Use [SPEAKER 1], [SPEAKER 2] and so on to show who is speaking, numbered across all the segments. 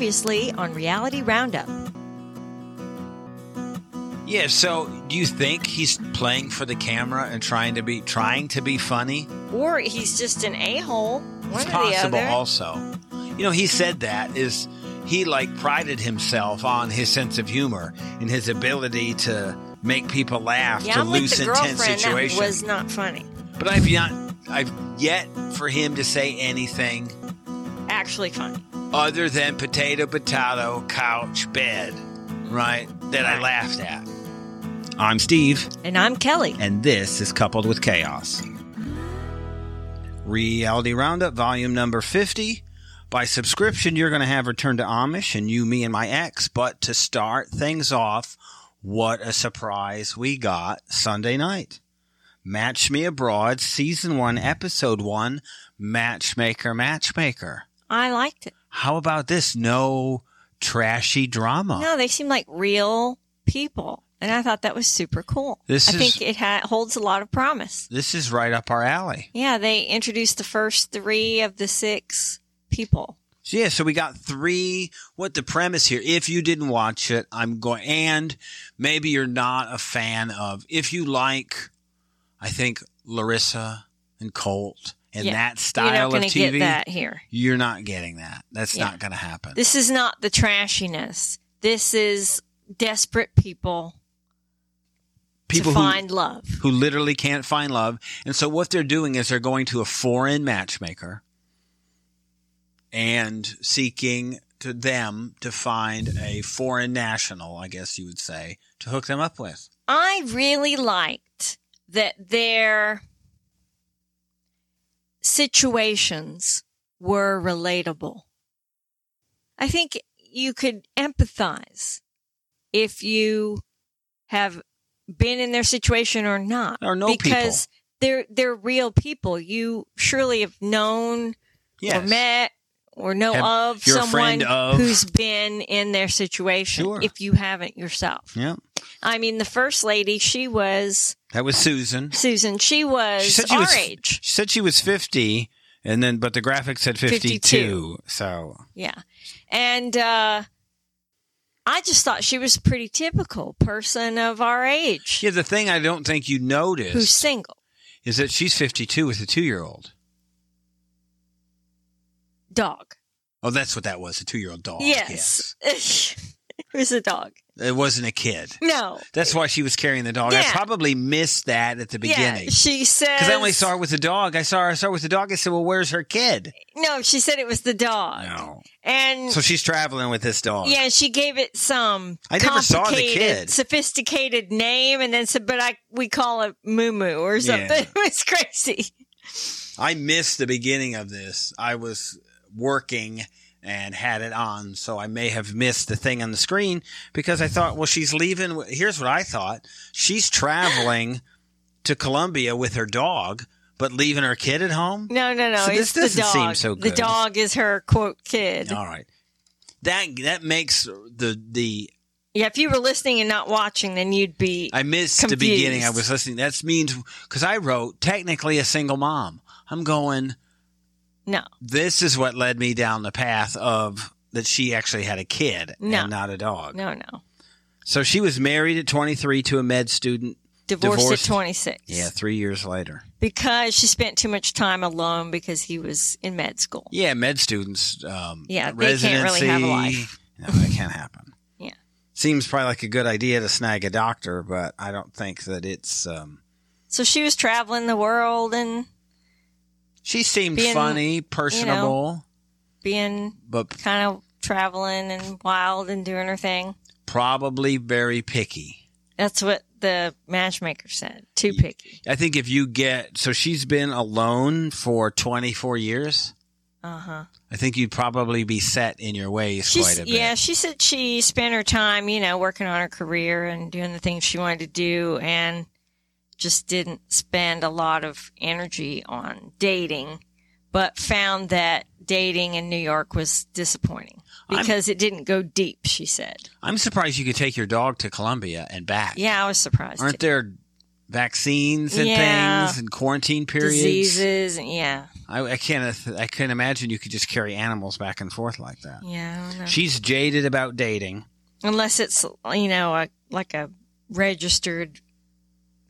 [SPEAKER 1] Previously on Reality Roundup.
[SPEAKER 2] Yeah, so do you think he's playing for the camera and trying to be trying to be funny?
[SPEAKER 1] Or he's just an a hole. One
[SPEAKER 2] It's
[SPEAKER 1] or
[SPEAKER 2] possible
[SPEAKER 1] the other.
[SPEAKER 2] also. You know, he said that is he like prided himself on his sense of humor and his ability to make people laugh
[SPEAKER 1] yeah,
[SPEAKER 2] to
[SPEAKER 1] I'm
[SPEAKER 2] loose
[SPEAKER 1] like the
[SPEAKER 2] intense
[SPEAKER 1] girlfriend
[SPEAKER 2] situations.
[SPEAKER 1] that was not funny.
[SPEAKER 2] but I've not I've yet for him to say anything
[SPEAKER 1] Actually funny.
[SPEAKER 2] other than potato potato couch bed, right? That I
[SPEAKER 1] Right.
[SPEAKER 2] laughed at. I'm Steve.
[SPEAKER 1] And I'm Kelly.
[SPEAKER 2] and this is coupled with chaos. Reality Roundup, volume number 50. By subscription, you're going to have Return to Amish and You, Me, and My Ex. But to start things off, what a surprise we got Sunday night. Match Me Abroad, Season 1, Episode 1, Matchmaker, Matchmaker.
[SPEAKER 1] I liked it.
[SPEAKER 2] How about this? No trashy drama.
[SPEAKER 1] No, they seem like real people. And I thought that was super cool.
[SPEAKER 2] This
[SPEAKER 1] I
[SPEAKER 2] is-
[SPEAKER 1] think it ha- holds a lot of promise.
[SPEAKER 2] This is right up our alley.
[SPEAKER 1] Yeah, they introduced the first three of the six people.
[SPEAKER 2] So yeah, so we got three. What the premise here? If you didn't watch it, I'm going, and maybe you're not a fan of. If you like, I think Larissa and Colt and
[SPEAKER 1] Yeah.
[SPEAKER 2] that
[SPEAKER 1] You're
[SPEAKER 2] style
[SPEAKER 1] not
[SPEAKER 2] of
[SPEAKER 1] going to
[SPEAKER 2] TV,
[SPEAKER 1] get that here.
[SPEAKER 2] you're not getting that. That's
[SPEAKER 1] Yeah.
[SPEAKER 2] not going to happen.
[SPEAKER 1] This is not the trashiness. This is desperate people,
[SPEAKER 2] People
[SPEAKER 1] to
[SPEAKER 2] who
[SPEAKER 1] find love.
[SPEAKER 2] who literally can't find love, and so what they're doing is they're going to a foreign matchmaker and seeking to them to find a foreign national, I guess you would say, to hook them up with.
[SPEAKER 1] I really liked that their situations were relatable. I think you could empathize if you have been in their situation or not.
[SPEAKER 2] Or know people.
[SPEAKER 1] because they're they're real people. You surely have known or met or know
[SPEAKER 2] Have-
[SPEAKER 1] of
[SPEAKER 2] you're a
[SPEAKER 1] someone
[SPEAKER 2] friend of-
[SPEAKER 1] who's been in their situation
[SPEAKER 2] Sure.
[SPEAKER 1] if you haven't yourself.
[SPEAKER 2] Yeah.
[SPEAKER 1] I mean, the first lady, she was
[SPEAKER 2] That was Susan.
[SPEAKER 1] Susan. She was
[SPEAKER 2] She said she
[SPEAKER 1] our
[SPEAKER 2] was-
[SPEAKER 1] age.
[SPEAKER 2] She said she was 50 and then but the graphic said 52.
[SPEAKER 1] 52.
[SPEAKER 2] So,
[SPEAKER 1] Yeah, and uh, I just thought she was a pretty typical person of our age
[SPEAKER 2] yeah, the thing I don't think you notice
[SPEAKER 1] who's single.
[SPEAKER 2] is that she's 52 with a 2-year-old.
[SPEAKER 1] Dog.
[SPEAKER 2] Oh, that's what that was, a 2-year-old dog.
[SPEAKER 1] yes, it was a dog.
[SPEAKER 2] yes. It wasn't a kid.
[SPEAKER 1] No.
[SPEAKER 2] That's why she was carrying the dog.
[SPEAKER 1] Yeah.
[SPEAKER 2] I probably missed that at the beginning.
[SPEAKER 1] Yeah, she said.
[SPEAKER 2] Cuz I only saw her with the dog. I saw her I saw her with the dog. I said, "Well, where's her kid?"
[SPEAKER 1] No, she said it was the dog.
[SPEAKER 2] No.
[SPEAKER 1] And
[SPEAKER 2] So she's traveling with this dog.
[SPEAKER 1] yeah, she gave it some
[SPEAKER 2] I never saw the
[SPEAKER 1] complicated,
[SPEAKER 2] kid.
[SPEAKER 1] sophisticated name, and then said, "But I we call it Moo Moo or something."
[SPEAKER 2] Yeah.
[SPEAKER 1] It was crazy.
[SPEAKER 2] I missed the beginning of this. I was working and had it on, so I may have missed the thing on the screen because I thought, well, she's leaving. Here's what I thought she's traveling to Colombia with her dog, but leaving her kid at home.
[SPEAKER 1] No, no, no.
[SPEAKER 2] So
[SPEAKER 1] it's
[SPEAKER 2] this
[SPEAKER 1] the
[SPEAKER 2] doesn't
[SPEAKER 1] dog.
[SPEAKER 2] seem so
[SPEAKER 1] The
[SPEAKER 2] good.
[SPEAKER 1] dog is her quote kid.
[SPEAKER 2] All right. That, that makes the the
[SPEAKER 1] Yeah, if you were listening and not watching, then you'd be
[SPEAKER 2] I missed the
[SPEAKER 1] Confused.
[SPEAKER 2] beginning. I was listening. That means because I wrote technically a single mom. I'm going.
[SPEAKER 1] no.
[SPEAKER 2] This is what led me down the path of that she actually had a kid
[SPEAKER 1] No.
[SPEAKER 2] and not a dog.
[SPEAKER 1] No, no.
[SPEAKER 2] So she was married at 23 to a med student.
[SPEAKER 1] Divorced,
[SPEAKER 2] Divorced.
[SPEAKER 1] at 26.
[SPEAKER 2] Yeah, three years later.
[SPEAKER 1] Because she spent too much time alone because he was in med school.
[SPEAKER 2] Yeah, med students. Um,
[SPEAKER 1] Yeah, they can't really
[SPEAKER 2] residency.
[SPEAKER 1] have a life.
[SPEAKER 2] No, that can't happen.
[SPEAKER 1] Yeah.
[SPEAKER 2] Seems probably like a good idea to snag a doctor, but I don't think that it's. Um,
[SPEAKER 1] So she was traveling the world and
[SPEAKER 2] she seemed
[SPEAKER 1] Being,
[SPEAKER 2] funny, personable,
[SPEAKER 1] being
[SPEAKER 2] but
[SPEAKER 1] kind of traveling and wild and doing her thing.
[SPEAKER 2] probably very picky.
[SPEAKER 1] That's what the matchmaker said. Too picky.
[SPEAKER 2] I think if you get. So she's been alone for 24 years.
[SPEAKER 1] Uh huh.
[SPEAKER 2] I think you'd probably be set in your ways
[SPEAKER 1] She's
[SPEAKER 2] quite a bit.
[SPEAKER 1] yeah. She said she spent her time, you know, working on her career and doing the things she wanted to do, and just didn't spend a lot of energy on dating. But found that dating in New York was disappointing
[SPEAKER 2] I'm-
[SPEAKER 1] because it didn't go deep. She said,
[SPEAKER 2] I'm surprised you could take your dog to Colombia and back.
[SPEAKER 1] "Yeah, I was surprised.
[SPEAKER 2] Aren't there vaccines and
[SPEAKER 1] Yeah.
[SPEAKER 2] things and quarantine periods?
[SPEAKER 1] diseases? and- Yeah,
[SPEAKER 2] I, I can't. I can't imagine you could just carry animals back and forth like that.
[SPEAKER 1] Yeah. I don't know.
[SPEAKER 2] She's jaded about dating.
[SPEAKER 1] Unless it's, you know, a, like a registered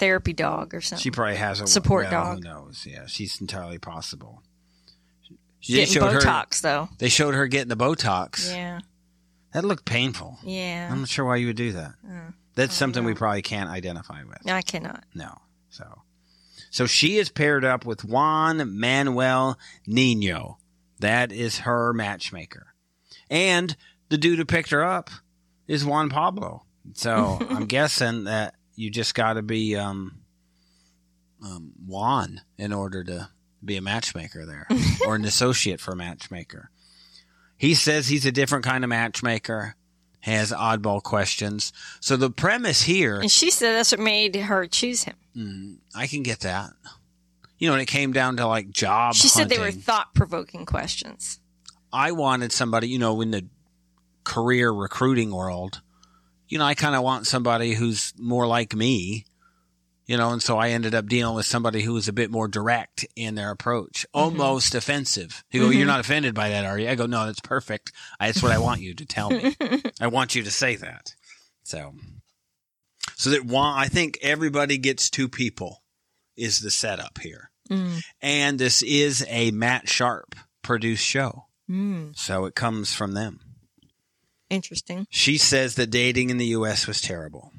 [SPEAKER 1] therapy dog or something.
[SPEAKER 2] She probably has a
[SPEAKER 1] Support
[SPEAKER 2] well,
[SPEAKER 1] dog.
[SPEAKER 2] Who knows? Yeah, she's entirely possible. She-
[SPEAKER 1] Getting
[SPEAKER 2] showed her-
[SPEAKER 1] Botox, though.
[SPEAKER 2] They showed her getting the Botox.
[SPEAKER 1] Yeah.
[SPEAKER 2] That looked painful. I'm
[SPEAKER 1] Yeah.
[SPEAKER 2] not sure why you would do that.
[SPEAKER 1] Uh,
[SPEAKER 2] That's
[SPEAKER 1] I
[SPEAKER 2] something we
[SPEAKER 1] know.
[SPEAKER 2] probably can't identify with.
[SPEAKER 1] I cannot.
[SPEAKER 2] No. So so she is paired up with Juan Manuel Nino. That is her matchmaker. And the dude who picked her up is Juan Pablo. So I'm guessing that you just got to be um, um, Juan in order to be a matchmaker there or an associate for a matchmaker. He says he's a different kind of matchmaker, has oddball questions. So the premise here
[SPEAKER 1] And she said that's what made her choose him.
[SPEAKER 2] Mm, I can get that. You know, and it came down to like job.
[SPEAKER 1] she said they were
[SPEAKER 2] hunting.
[SPEAKER 1] thought provoking questions.
[SPEAKER 2] I wanted somebody, you know, in the career recruiting world. You know, I kind of want somebody who's more like me. You know, and so I ended up dealing with somebody who was a bit more direct in their approach, almost offensive. You go, you're not offended by that, are you? I go, no, that's perfect. I, that's what I want you to tell me. I want you to say that. So, so that one, I think everybody gets two people is the setup here.
[SPEAKER 1] Mm.
[SPEAKER 2] And this is a Matt Sharp produced show.
[SPEAKER 1] Mm.
[SPEAKER 2] So it comes from them.
[SPEAKER 1] Interesting.
[SPEAKER 2] She says that dating in the U.S. was terrible.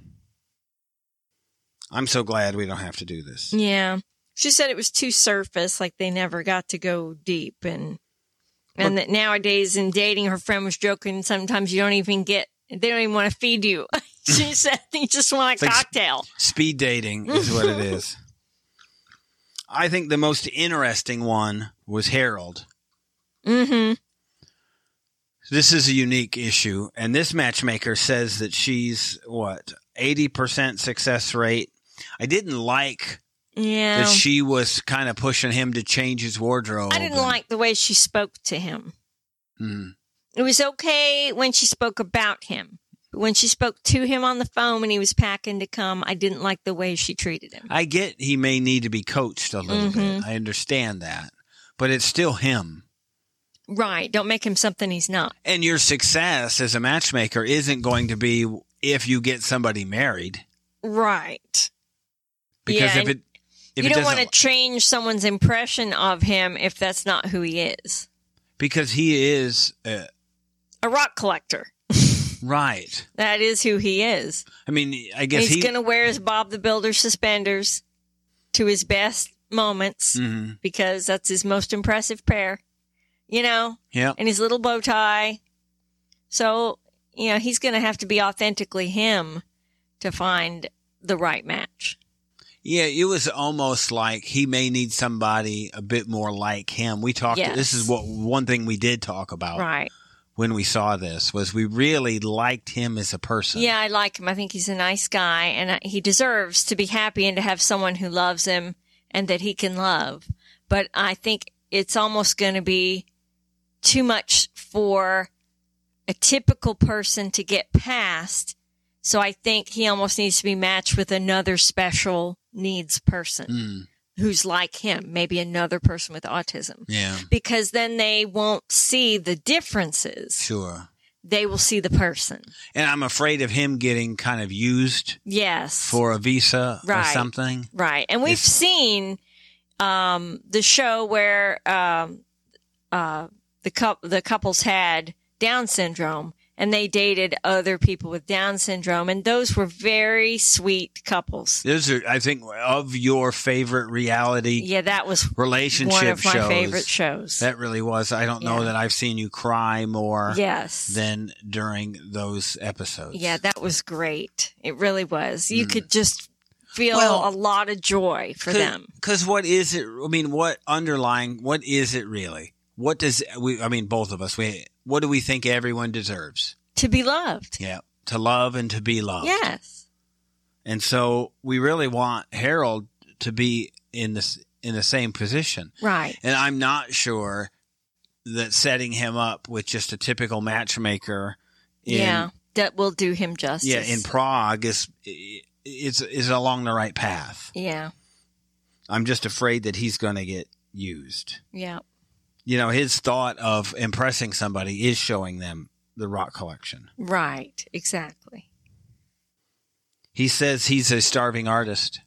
[SPEAKER 2] I'm so glad we don't have to do this.
[SPEAKER 1] Yeah. She said it was too surface, like they never got to go deep and and that nowadays in dating her friend was joking sometimes you don't even get they don't even want to feed you. she said they just want a
[SPEAKER 2] Thanks.
[SPEAKER 1] cocktail.
[SPEAKER 2] Speed dating is what it is. I think the most interesting one was Harold.
[SPEAKER 1] Mm-hmm.
[SPEAKER 2] This is a unique issue. And this matchmaker says that she's, what, 80% success rate. I didn't like
[SPEAKER 1] Yeah.
[SPEAKER 2] that she was kind of pushing him to change his wardrobe.
[SPEAKER 1] I didn't
[SPEAKER 2] and-
[SPEAKER 1] like the way she spoke to him.
[SPEAKER 2] Mm.
[SPEAKER 1] It was okay when she spoke about him. But when she spoke to him on the phone when he was packing to come, I didn't like the way she treated him.
[SPEAKER 2] I get he may need to be coached a little bit.
[SPEAKER 1] Mm-hmm.
[SPEAKER 2] I understand that. But it's still him.
[SPEAKER 1] Right. Don't make him something he's not.
[SPEAKER 2] And your success as a matchmaker isn't going to be if you get somebody married.
[SPEAKER 1] Right.
[SPEAKER 2] Because
[SPEAKER 1] Yeah,
[SPEAKER 2] if
[SPEAKER 1] and
[SPEAKER 2] it if
[SPEAKER 1] you
[SPEAKER 2] it
[SPEAKER 1] don't
[SPEAKER 2] doesn't
[SPEAKER 1] want to change someone's impression of him if that's not who he is.
[SPEAKER 2] because he is uh,
[SPEAKER 1] A rock collector.
[SPEAKER 2] right.
[SPEAKER 1] That is who he is.
[SPEAKER 2] I mean, I
[SPEAKER 1] And
[SPEAKER 2] guess
[SPEAKER 1] he's
[SPEAKER 2] he
[SPEAKER 1] going to wear his Bob the Builder suspenders to his best moments
[SPEAKER 2] Mhm.
[SPEAKER 1] because that's his most impressive pair, you know,
[SPEAKER 2] Yeah.
[SPEAKER 1] and his little bow tie. So, you know, he's going to have to be authentically him to find the right match.
[SPEAKER 2] Yeah, it was almost like he may need somebody a bit more like him. We talked
[SPEAKER 1] Yes.
[SPEAKER 2] this is what one thing we did talk about
[SPEAKER 1] Right.
[SPEAKER 2] when we saw this was we really liked him as a person.
[SPEAKER 1] Yeah, I like him. I think he's a nice guy, and uh, he deserves to be happy and to have someone who loves him and that he can love. But I think it's almost going to be too much for a typical person to get past. So I think he almost needs to be matched with another special needs person
[SPEAKER 2] Mm.
[SPEAKER 1] who's like him, maybe another person with autism,
[SPEAKER 2] Yeah.
[SPEAKER 1] because then they won't see the differences.
[SPEAKER 2] Sure.
[SPEAKER 1] They will see the person.
[SPEAKER 2] And I'm afraid of him getting kind of used
[SPEAKER 1] Yes.
[SPEAKER 2] for a visa or
[SPEAKER 1] Right.
[SPEAKER 2] something.
[SPEAKER 1] Right. And we've
[SPEAKER 2] Yes.
[SPEAKER 1] seen um, the show where um, uh, the cou- the couples had Down syndrome and they dated other people with Down syndrome and those were very sweet couples.
[SPEAKER 2] Those are, I think, of your favorite reality
[SPEAKER 1] Yeah, that was
[SPEAKER 2] relationship
[SPEAKER 1] one of my
[SPEAKER 2] shows.
[SPEAKER 1] favorite shows.
[SPEAKER 2] That really was. I don't know
[SPEAKER 1] Yeah.
[SPEAKER 2] that I've seen you cry more
[SPEAKER 1] yes.
[SPEAKER 2] than during those episodes.
[SPEAKER 1] yeah, that was great. It really was. You
[SPEAKER 2] Mm.
[SPEAKER 1] could just feel
[SPEAKER 2] Well,
[SPEAKER 1] a lot of joy for them.
[SPEAKER 2] Because what is it? I mean, what underlying? What is it really? What does we? I mean, both of us. We. What do we think everyone deserves?
[SPEAKER 1] To be loved.
[SPEAKER 2] Yeah, to love and to be loved.
[SPEAKER 1] Yes.
[SPEAKER 2] And so we really want Harold to be in this in the same position.
[SPEAKER 1] Right.
[SPEAKER 2] And I'm not sure that setting him up with just a typical matchmaker in
[SPEAKER 1] yeah. That will do him justice.
[SPEAKER 2] yeah, in Prague is is is along the right path.
[SPEAKER 1] yeah.
[SPEAKER 2] I'm just afraid that he's going to get used.
[SPEAKER 1] Yeah.
[SPEAKER 2] You know, his thought of impressing somebody is showing them the rock collection.
[SPEAKER 1] Right. Exactly.
[SPEAKER 2] He says he's a starving artist,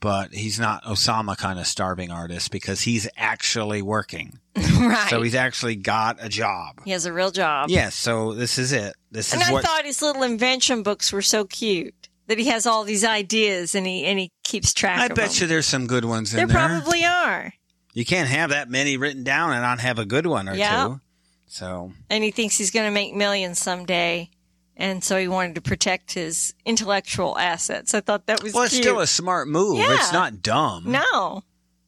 [SPEAKER 2] but he's not Osama kind of starving artist because he's actually working.
[SPEAKER 1] right.
[SPEAKER 2] So he's actually got a job.
[SPEAKER 1] he has a real job.
[SPEAKER 2] Yes, so this is it. This
[SPEAKER 1] And
[SPEAKER 2] is
[SPEAKER 1] I
[SPEAKER 2] what
[SPEAKER 1] thought his little invention books were so cute that he has all these ideas and he and he keeps track
[SPEAKER 2] I
[SPEAKER 1] of
[SPEAKER 2] bet
[SPEAKER 1] them.
[SPEAKER 2] you there's some good ones in
[SPEAKER 1] there
[SPEAKER 2] there.
[SPEAKER 1] probably are.
[SPEAKER 2] you can't have that many written down and not have a good one or
[SPEAKER 1] Yeah.
[SPEAKER 2] two. So
[SPEAKER 1] And he thinks he's going to make millions someday. And so he wanted to protect his intellectual assets. I thought that was
[SPEAKER 2] well, it's
[SPEAKER 1] cute.
[SPEAKER 2] still a smart move.
[SPEAKER 1] Yeah.
[SPEAKER 2] It's not dumb.
[SPEAKER 1] no.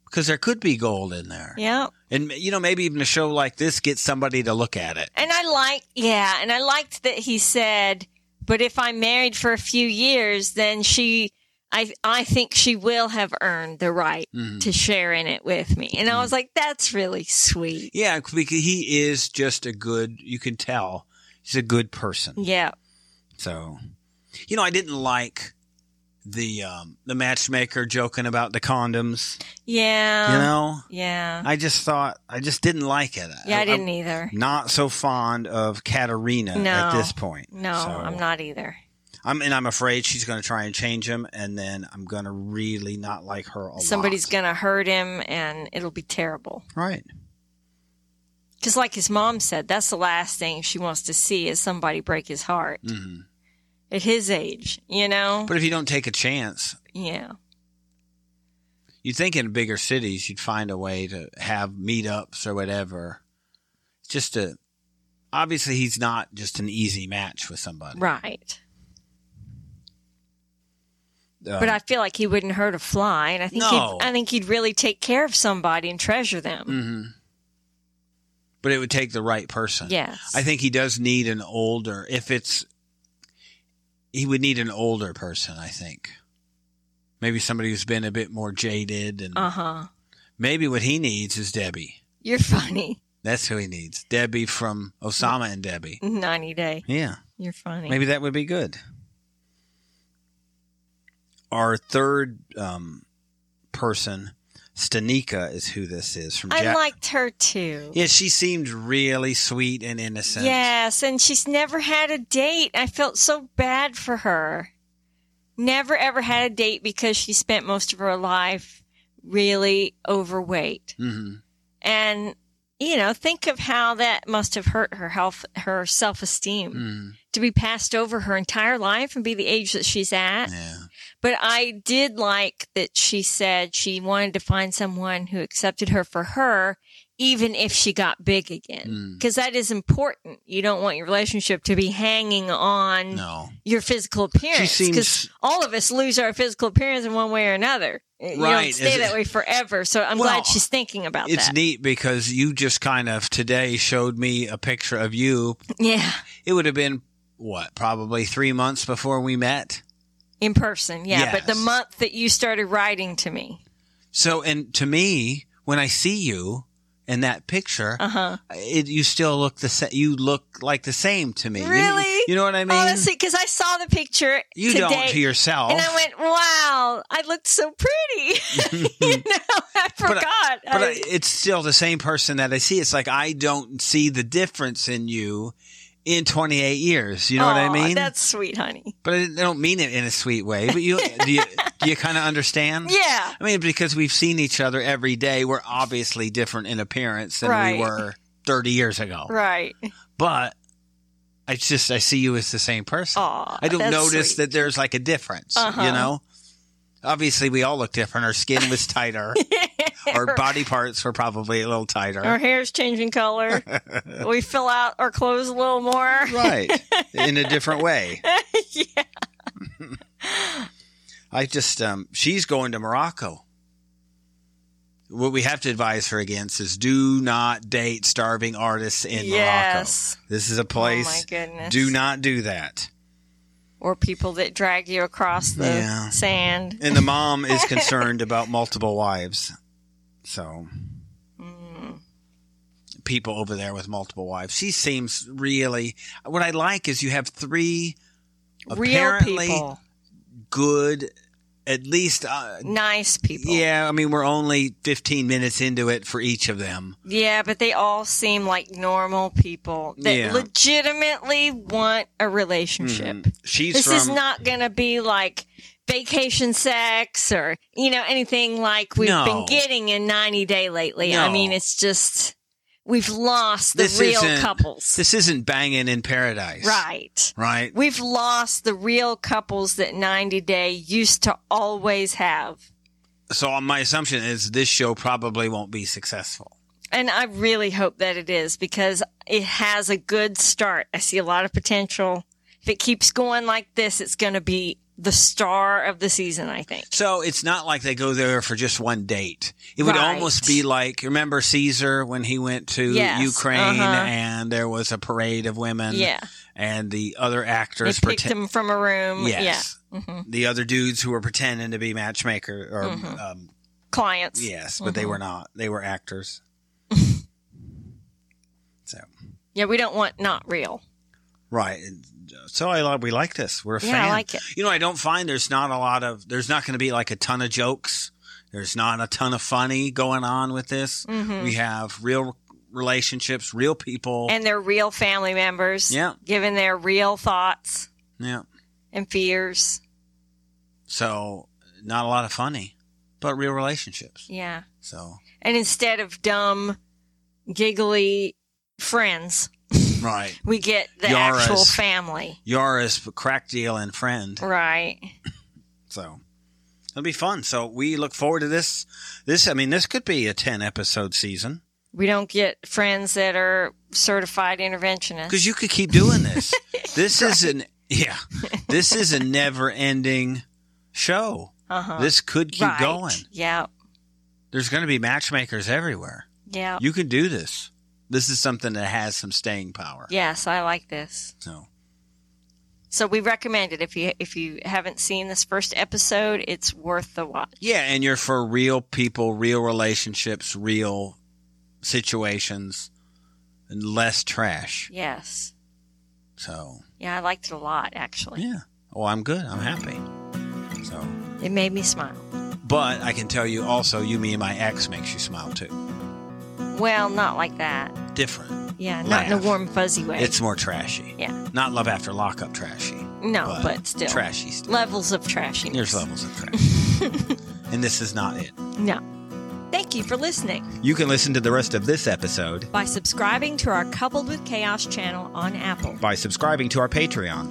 [SPEAKER 2] because there could be gold in there.
[SPEAKER 1] Yeah.
[SPEAKER 2] And you know, maybe even a show like this gets somebody to look at it.
[SPEAKER 1] And I liked, yeah, and I liked that he said, "But if I'm married for a few years, then she, I, I think she will have earned the right
[SPEAKER 2] Mm-hmm. Mm.
[SPEAKER 1] to share in it with me." And I was like, "That's really sweet."
[SPEAKER 2] Yeah, because he is just a good. You can tell he's a good person.
[SPEAKER 1] Yeah,
[SPEAKER 2] So, you know, I didn't like the um, the matchmaker joking about the condoms.
[SPEAKER 1] yeah,
[SPEAKER 2] you know,
[SPEAKER 1] yeah,
[SPEAKER 2] I just thought I just didn't like it.
[SPEAKER 1] yeah. I
[SPEAKER 2] I'm
[SPEAKER 1] didn't either.
[SPEAKER 2] Not so fond of Katerina at
[SPEAKER 1] No.
[SPEAKER 2] this point.
[SPEAKER 1] No,
[SPEAKER 2] Mm. So,
[SPEAKER 1] I'm not either.
[SPEAKER 2] I'm and I'm afraid she's going to try and change him, and then I'm going to really not like her a lot.
[SPEAKER 1] Somebody's gonna hurt him, and it'll be terrible.
[SPEAKER 2] right.
[SPEAKER 1] Because, like his mom said, that's the last thing she wants to see is somebody break his heart
[SPEAKER 2] hmm
[SPEAKER 1] at his age. You know?
[SPEAKER 2] But if you don't take a chance,
[SPEAKER 1] yeah.
[SPEAKER 2] you'd think in bigger cities you'd find a way to have meetups or whatever. Just to obviously he's not just an easy match with somebody.
[SPEAKER 1] Right.
[SPEAKER 2] Um,
[SPEAKER 1] But I feel like he wouldn't hurt a fly, and I think
[SPEAKER 2] No.
[SPEAKER 1] he'd, I think he'd really take care of somebody and treasure them.
[SPEAKER 2] Mhm. But it would take the right person.
[SPEAKER 1] Yes,
[SPEAKER 2] I think he does need an older. If it's, he would need an older person. I think maybe somebody who's been a bit more jaded, and
[SPEAKER 1] Uh huh.
[SPEAKER 2] maybe what he needs is Debbie.
[SPEAKER 1] You're funny,
[SPEAKER 2] That's who he needs. Debbie from Osama and Debbie.
[SPEAKER 1] Mm. ninety day.
[SPEAKER 2] Yeah,
[SPEAKER 1] You're funny.
[SPEAKER 2] maybe that would be good. Our third um, person, Stanika, is who this is from.
[SPEAKER 1] I
[SPEAKER 2] Ja-
[SPEAKER 1] liked her too.
[SPEAKER 2] yeah, she seemed really sweet and innocent.
[SPEAKER 1] Yes, and she's never had a date. I felt so bad for her. Never ever had a date because she spent most of her life really overweight.
[SPEAKER 2] hmm
[SPEAKER 1] And you know, think of how that must have hurt her health, her self esteem.
[SPEAKER 2] hmm
[SPEAKER 1] to be passed over her entire life and be the age that she's at.
[SPEAKER 2] Yeah.
[SPEAKER 1] But I did like that she said she wanted to find someone who accepted her for her, even if she got big again.
[SPEAKER 2] Mm.
[SPEAKER 1] Because that is important. You don't want your relationship to be hanging on
[SPEAKER 2] No.
[SPEAKER 1] your physical appearance.
[SPEAKER 2] seems-
[SPEAKER 1] Because all of us lose our physical appearance in one way or another. Right. You
[SPEAKER 2] Right.
[SPEAKER 1] don't
[SPEAKER 2] Is
[SPEAKER 1] stay
[SPEAKER 2] it-
[SPEAKER 1] that way forever. So I'm
[SPEAKER 2] Well,
[SPEAKER 1] glad she's thinking about
[SPEAKER 2] It's
[SPEAKER 1] that.
[SPEAKER 2] neat because you just kind of today showed me a picture of you.
[SPEAKER 1] yeah.
[SPEAKER 2] It would have been what, probably three months before we met.
[SPEAKER 1] In person. Yeah. But the
[SPEAKER 2] Yes.
[SPEAKER 1] month that you started writing to me.
[SPEAKER 2] So, and to me, when I see you in that picture,
[SPEAKER 1] Uh huh.
[SPEAKER 2] it, you still look the same. You look like the same to me. You-
[SPEAKER 1] Really?
[SPEAKER 2] You, know what I mean?
[SPEAKER 1] Honestly, because I saw the picture
[SPEAKER 2] you
[SPEAKER 1] today,
[SPEAKER 2] don't to yourself.
[SPEAKER 1] and I went, "Wow, I looked so pretty." you know, I
[SPEAKER 2] Mm-hmm. But I-
[SPEAKER 1] forgot. I
[SPEAKER 2] but I,
[SPEAKER 1] was-
[SPEAKER 2] it's still the same person that I see. It's like I don't see the difference in you in 28 years. You know what I
[SPEAKER 1] Aw,
[SPEAKER 2] mean?
[SPEAKER 1] That's sweet, honey.
[SPEAKER 2] But I didn't- I don't mean it in a sweet way. But you do you, do you kind of understand?
[SPEAKER 1] Yeah,
[SPEAKER 2] I mean, because we've seen each other every day, we're obviously different in appearance than
[SPEAKER 1] Right.
[SPEAKER 2] we were 30 years ago.
[SPEAKER 1] right.
[SPEAKER 2] But it's just I see you as the same person.
[SPEAKER 1] Aw,
[SPEAKER 2] I don't
[SPEAKER 1] that's
[SPEAKER 2] notice
[SPEAKER 1] sweet.
[SPEAKER 2] that there's like a difference.
[SPEAKER 1] Uh-huh.
[SPEAKER 2] You know, obviously we all look different. Our skin was tighter. Our body parts were probably a little tighter.
[SPEAKER 1] Our hair's changing color. we fill out our clothes a little more.
[SPEAKER 2] right in a different way
[SPEAKER 1] Yeah.
[SPEAKER 2] i just um she's going to morocco what we have to advise her against is do not date starving artists in
[SPEAKER 1] yes.
[SPEAKER 2] morocco this is a place
[SPEAKER 1] Oh my goodness.
[SPEAKER 2] do not do that
[SPEAKER 1] Or people that drag you across the
[SPEAKER 2] Yeah.
[SPEAKER 1] sand.
[SPEAKER 2] and the mom is concerned about multiple wives so
[SPEAKER 1] Mm.
[SPEAKER 2] people over there with multiple wives she seems really what i like is you have three
[SPEAKER 1] Real
[SPEAKER 2] Apparently-
[SPEAKER 1] people.
[SPEAKER 2] good at least uh,
[SPEAKER 1] nice people.
[SPEAKER 2] yeah, I mean we're only 15 minutes into it for each of them.
[SPEAKER 1] Yeah, but they all seem like normal people that
[SPEAKER 2] Yeah.
[SPEAKER 1] legitimately want a relationship.
[SPEAKER 2] She's
[SPEAKER 1] This
[SPEAKER 2] from
[SPEAKER 1] is not going to be like vacation sex or, you know, anything like we've
[SPEAKER 2] No.
[SPEAKER 1] been getting in 90 Day lately. I
[SPEAKER 2] No.
[SPEAKER 1] mean, it's just, we've lost the
[SPEAKER 2] This
[SPEAKER 1] real
[SPEAKER 2] isn't-
[SPEAKER 1] couples.
[SPEAKER 2] This isn't banging in paradise.
[SPEAKER 1] right.
[SPEAKER 2] Right?
[SPEAKER 1] We've lost the real couples that 90 Day used to always have.
[SPEAKER 2] So uh, my assumption is this show probably won't be successful.
[SPEAKER 1] And I really hope that it is because it has a good start. I see a lot of potential. If it keeps going like this, it's going to be the star of the season, I think.
[SPEAKER 2] So it's not like they go there for just one date. It would
[SPEAKER 1] Right.
[SPEAKER 2] almost be like remember Caesar when he went to
[SPEAKER 1] Yes,
[SPEAKER 2] Ukraine
[SPEAKER 1] uh-huh.
[SPEAKER 2] and there was a parade of women
[SPEAKER 1] yeah.
[SPEAKER 2] and the other
[SPEAKER 1] They
[SPEAKER 2] actors
[SPEAKER 1] picked him from a room.
[SPEAKER 2] Yes.
[SPEAKER 1] Yeah. hmm
[SPEAKER 2] the other dudes who were pretending to be matchmaker or
[SPEAKER 1] Mhm.
[SPEAKER 2] um,
[SPEAKER 1] Clients.
[SPEAKER 2] yes, but they
[SPEAKER 1] Mhm.
[SPEAKER 2] were not. They were actors. so
[SPEAKER 1] Yeah, we don't want not real.
[SPEAKER 2] right. And uh, So I like we like this. We're a
[SPEAKER 1] Yeah,
[SPEAKER 2] fan.
[SPEAKER 1] I like it.
[SPEAKER 2] you know, I don't find there's not a lot of there's not going to be like a ton of jokes. There's not a ton of funny going on with this.
[SPEAKER 1] hmm
[SPEAKER 2] We have real relationships, real people.
[SPEAKER 1] And they're real family members.
[SPEAKER 2] Yeah.
[SPEAKER 1] Giving their real thoughts
[SPEAKER 2] yeah.
[SPEAKER 1] and fears.
[SPEAKER 2] So not a lot of funny, but real relationships.
[SPEAKER 1] Yeah.
[SPEAKER 2] So
[SPEAKER 1] And instead of dumb, giggly friends,
[SPEAKER 2] right,
[SPEAKER 1] we get the
[SPEAKER 2] Yaras.
[SPEAKER 1] actual family.
[SPEAKER 2] Yaris, crack deal, and friend.
[SPEAKER 1] Right.
[SPEAKER 2] So it'll be fun. So we look forward to this. This, I mean, this could be a ten episode season
[SPEAKER 1] We don't get friends that are certified interventionists.
[SPEAKER 2] because you could keep doing this. this is an yeah. This is a never ending show.
[SPEAKER 1] Uh-huh.
[SPEAKER 2] This could keep
[SPEAKER 1] Right.
[SPEAKER 2] going.
[SPEAKER 1] Yeah.
[SPEAKER 2] There's going to be matchmakers everywhere.
[SPEAKER 1] Yeah.
[SPEAKER 2] You can do this. This is something that has some staying power.
[SPEAKER 1] Yes, I like this.
[SPEAKER 2] So
[SPEAKER 1] So we recommend it if you if you haven't seen this first episode, it's worth the watch.
[SPEAKER 2] yeah, and you're for real people, real relationships, real situations, and less trash.
[SPEAKER 1] Yes.
[SPEAKER 2] So
[SPEAKER 1] Yeah, I liked it a lot actually.
[SPEAKER 2] yeah. Well, I'm good. I'm happy. So,
[SPEAKER 1] It made me smile.
[SPEAKER 2] but I can tell you also, you, me, and my ex makes you smile too.
[SPEAKER 1] Well, not like that.
[SPEAKER 2] Different.
[SPEAKER 1] Yeah, not in a
[SPEAKER 2] Laugh.
[SPEAKER 1] warm fuzzy way.
[SPEAKER 2] It's more trashy.
[SPEAKER 1] Yeah.
[SPEAKER 2] Not love after lockup trashy.
[SPEAKER 1] no, but, still
[SPEAKER 2] trashy stuff.
[SPEAKER 1] levels of trashiness.
[SPEAKER 2] There's levels of trash. and this is not it.
[SPEAKER 1] No. Thank you for listening.
[SPEAKER 2] You can listen to the rest of this episode
[SPEAKER 1] By subscribing to our Coupled with Chaos channel on Apple.
[SPEAKER 2] by subscribing to our Patreon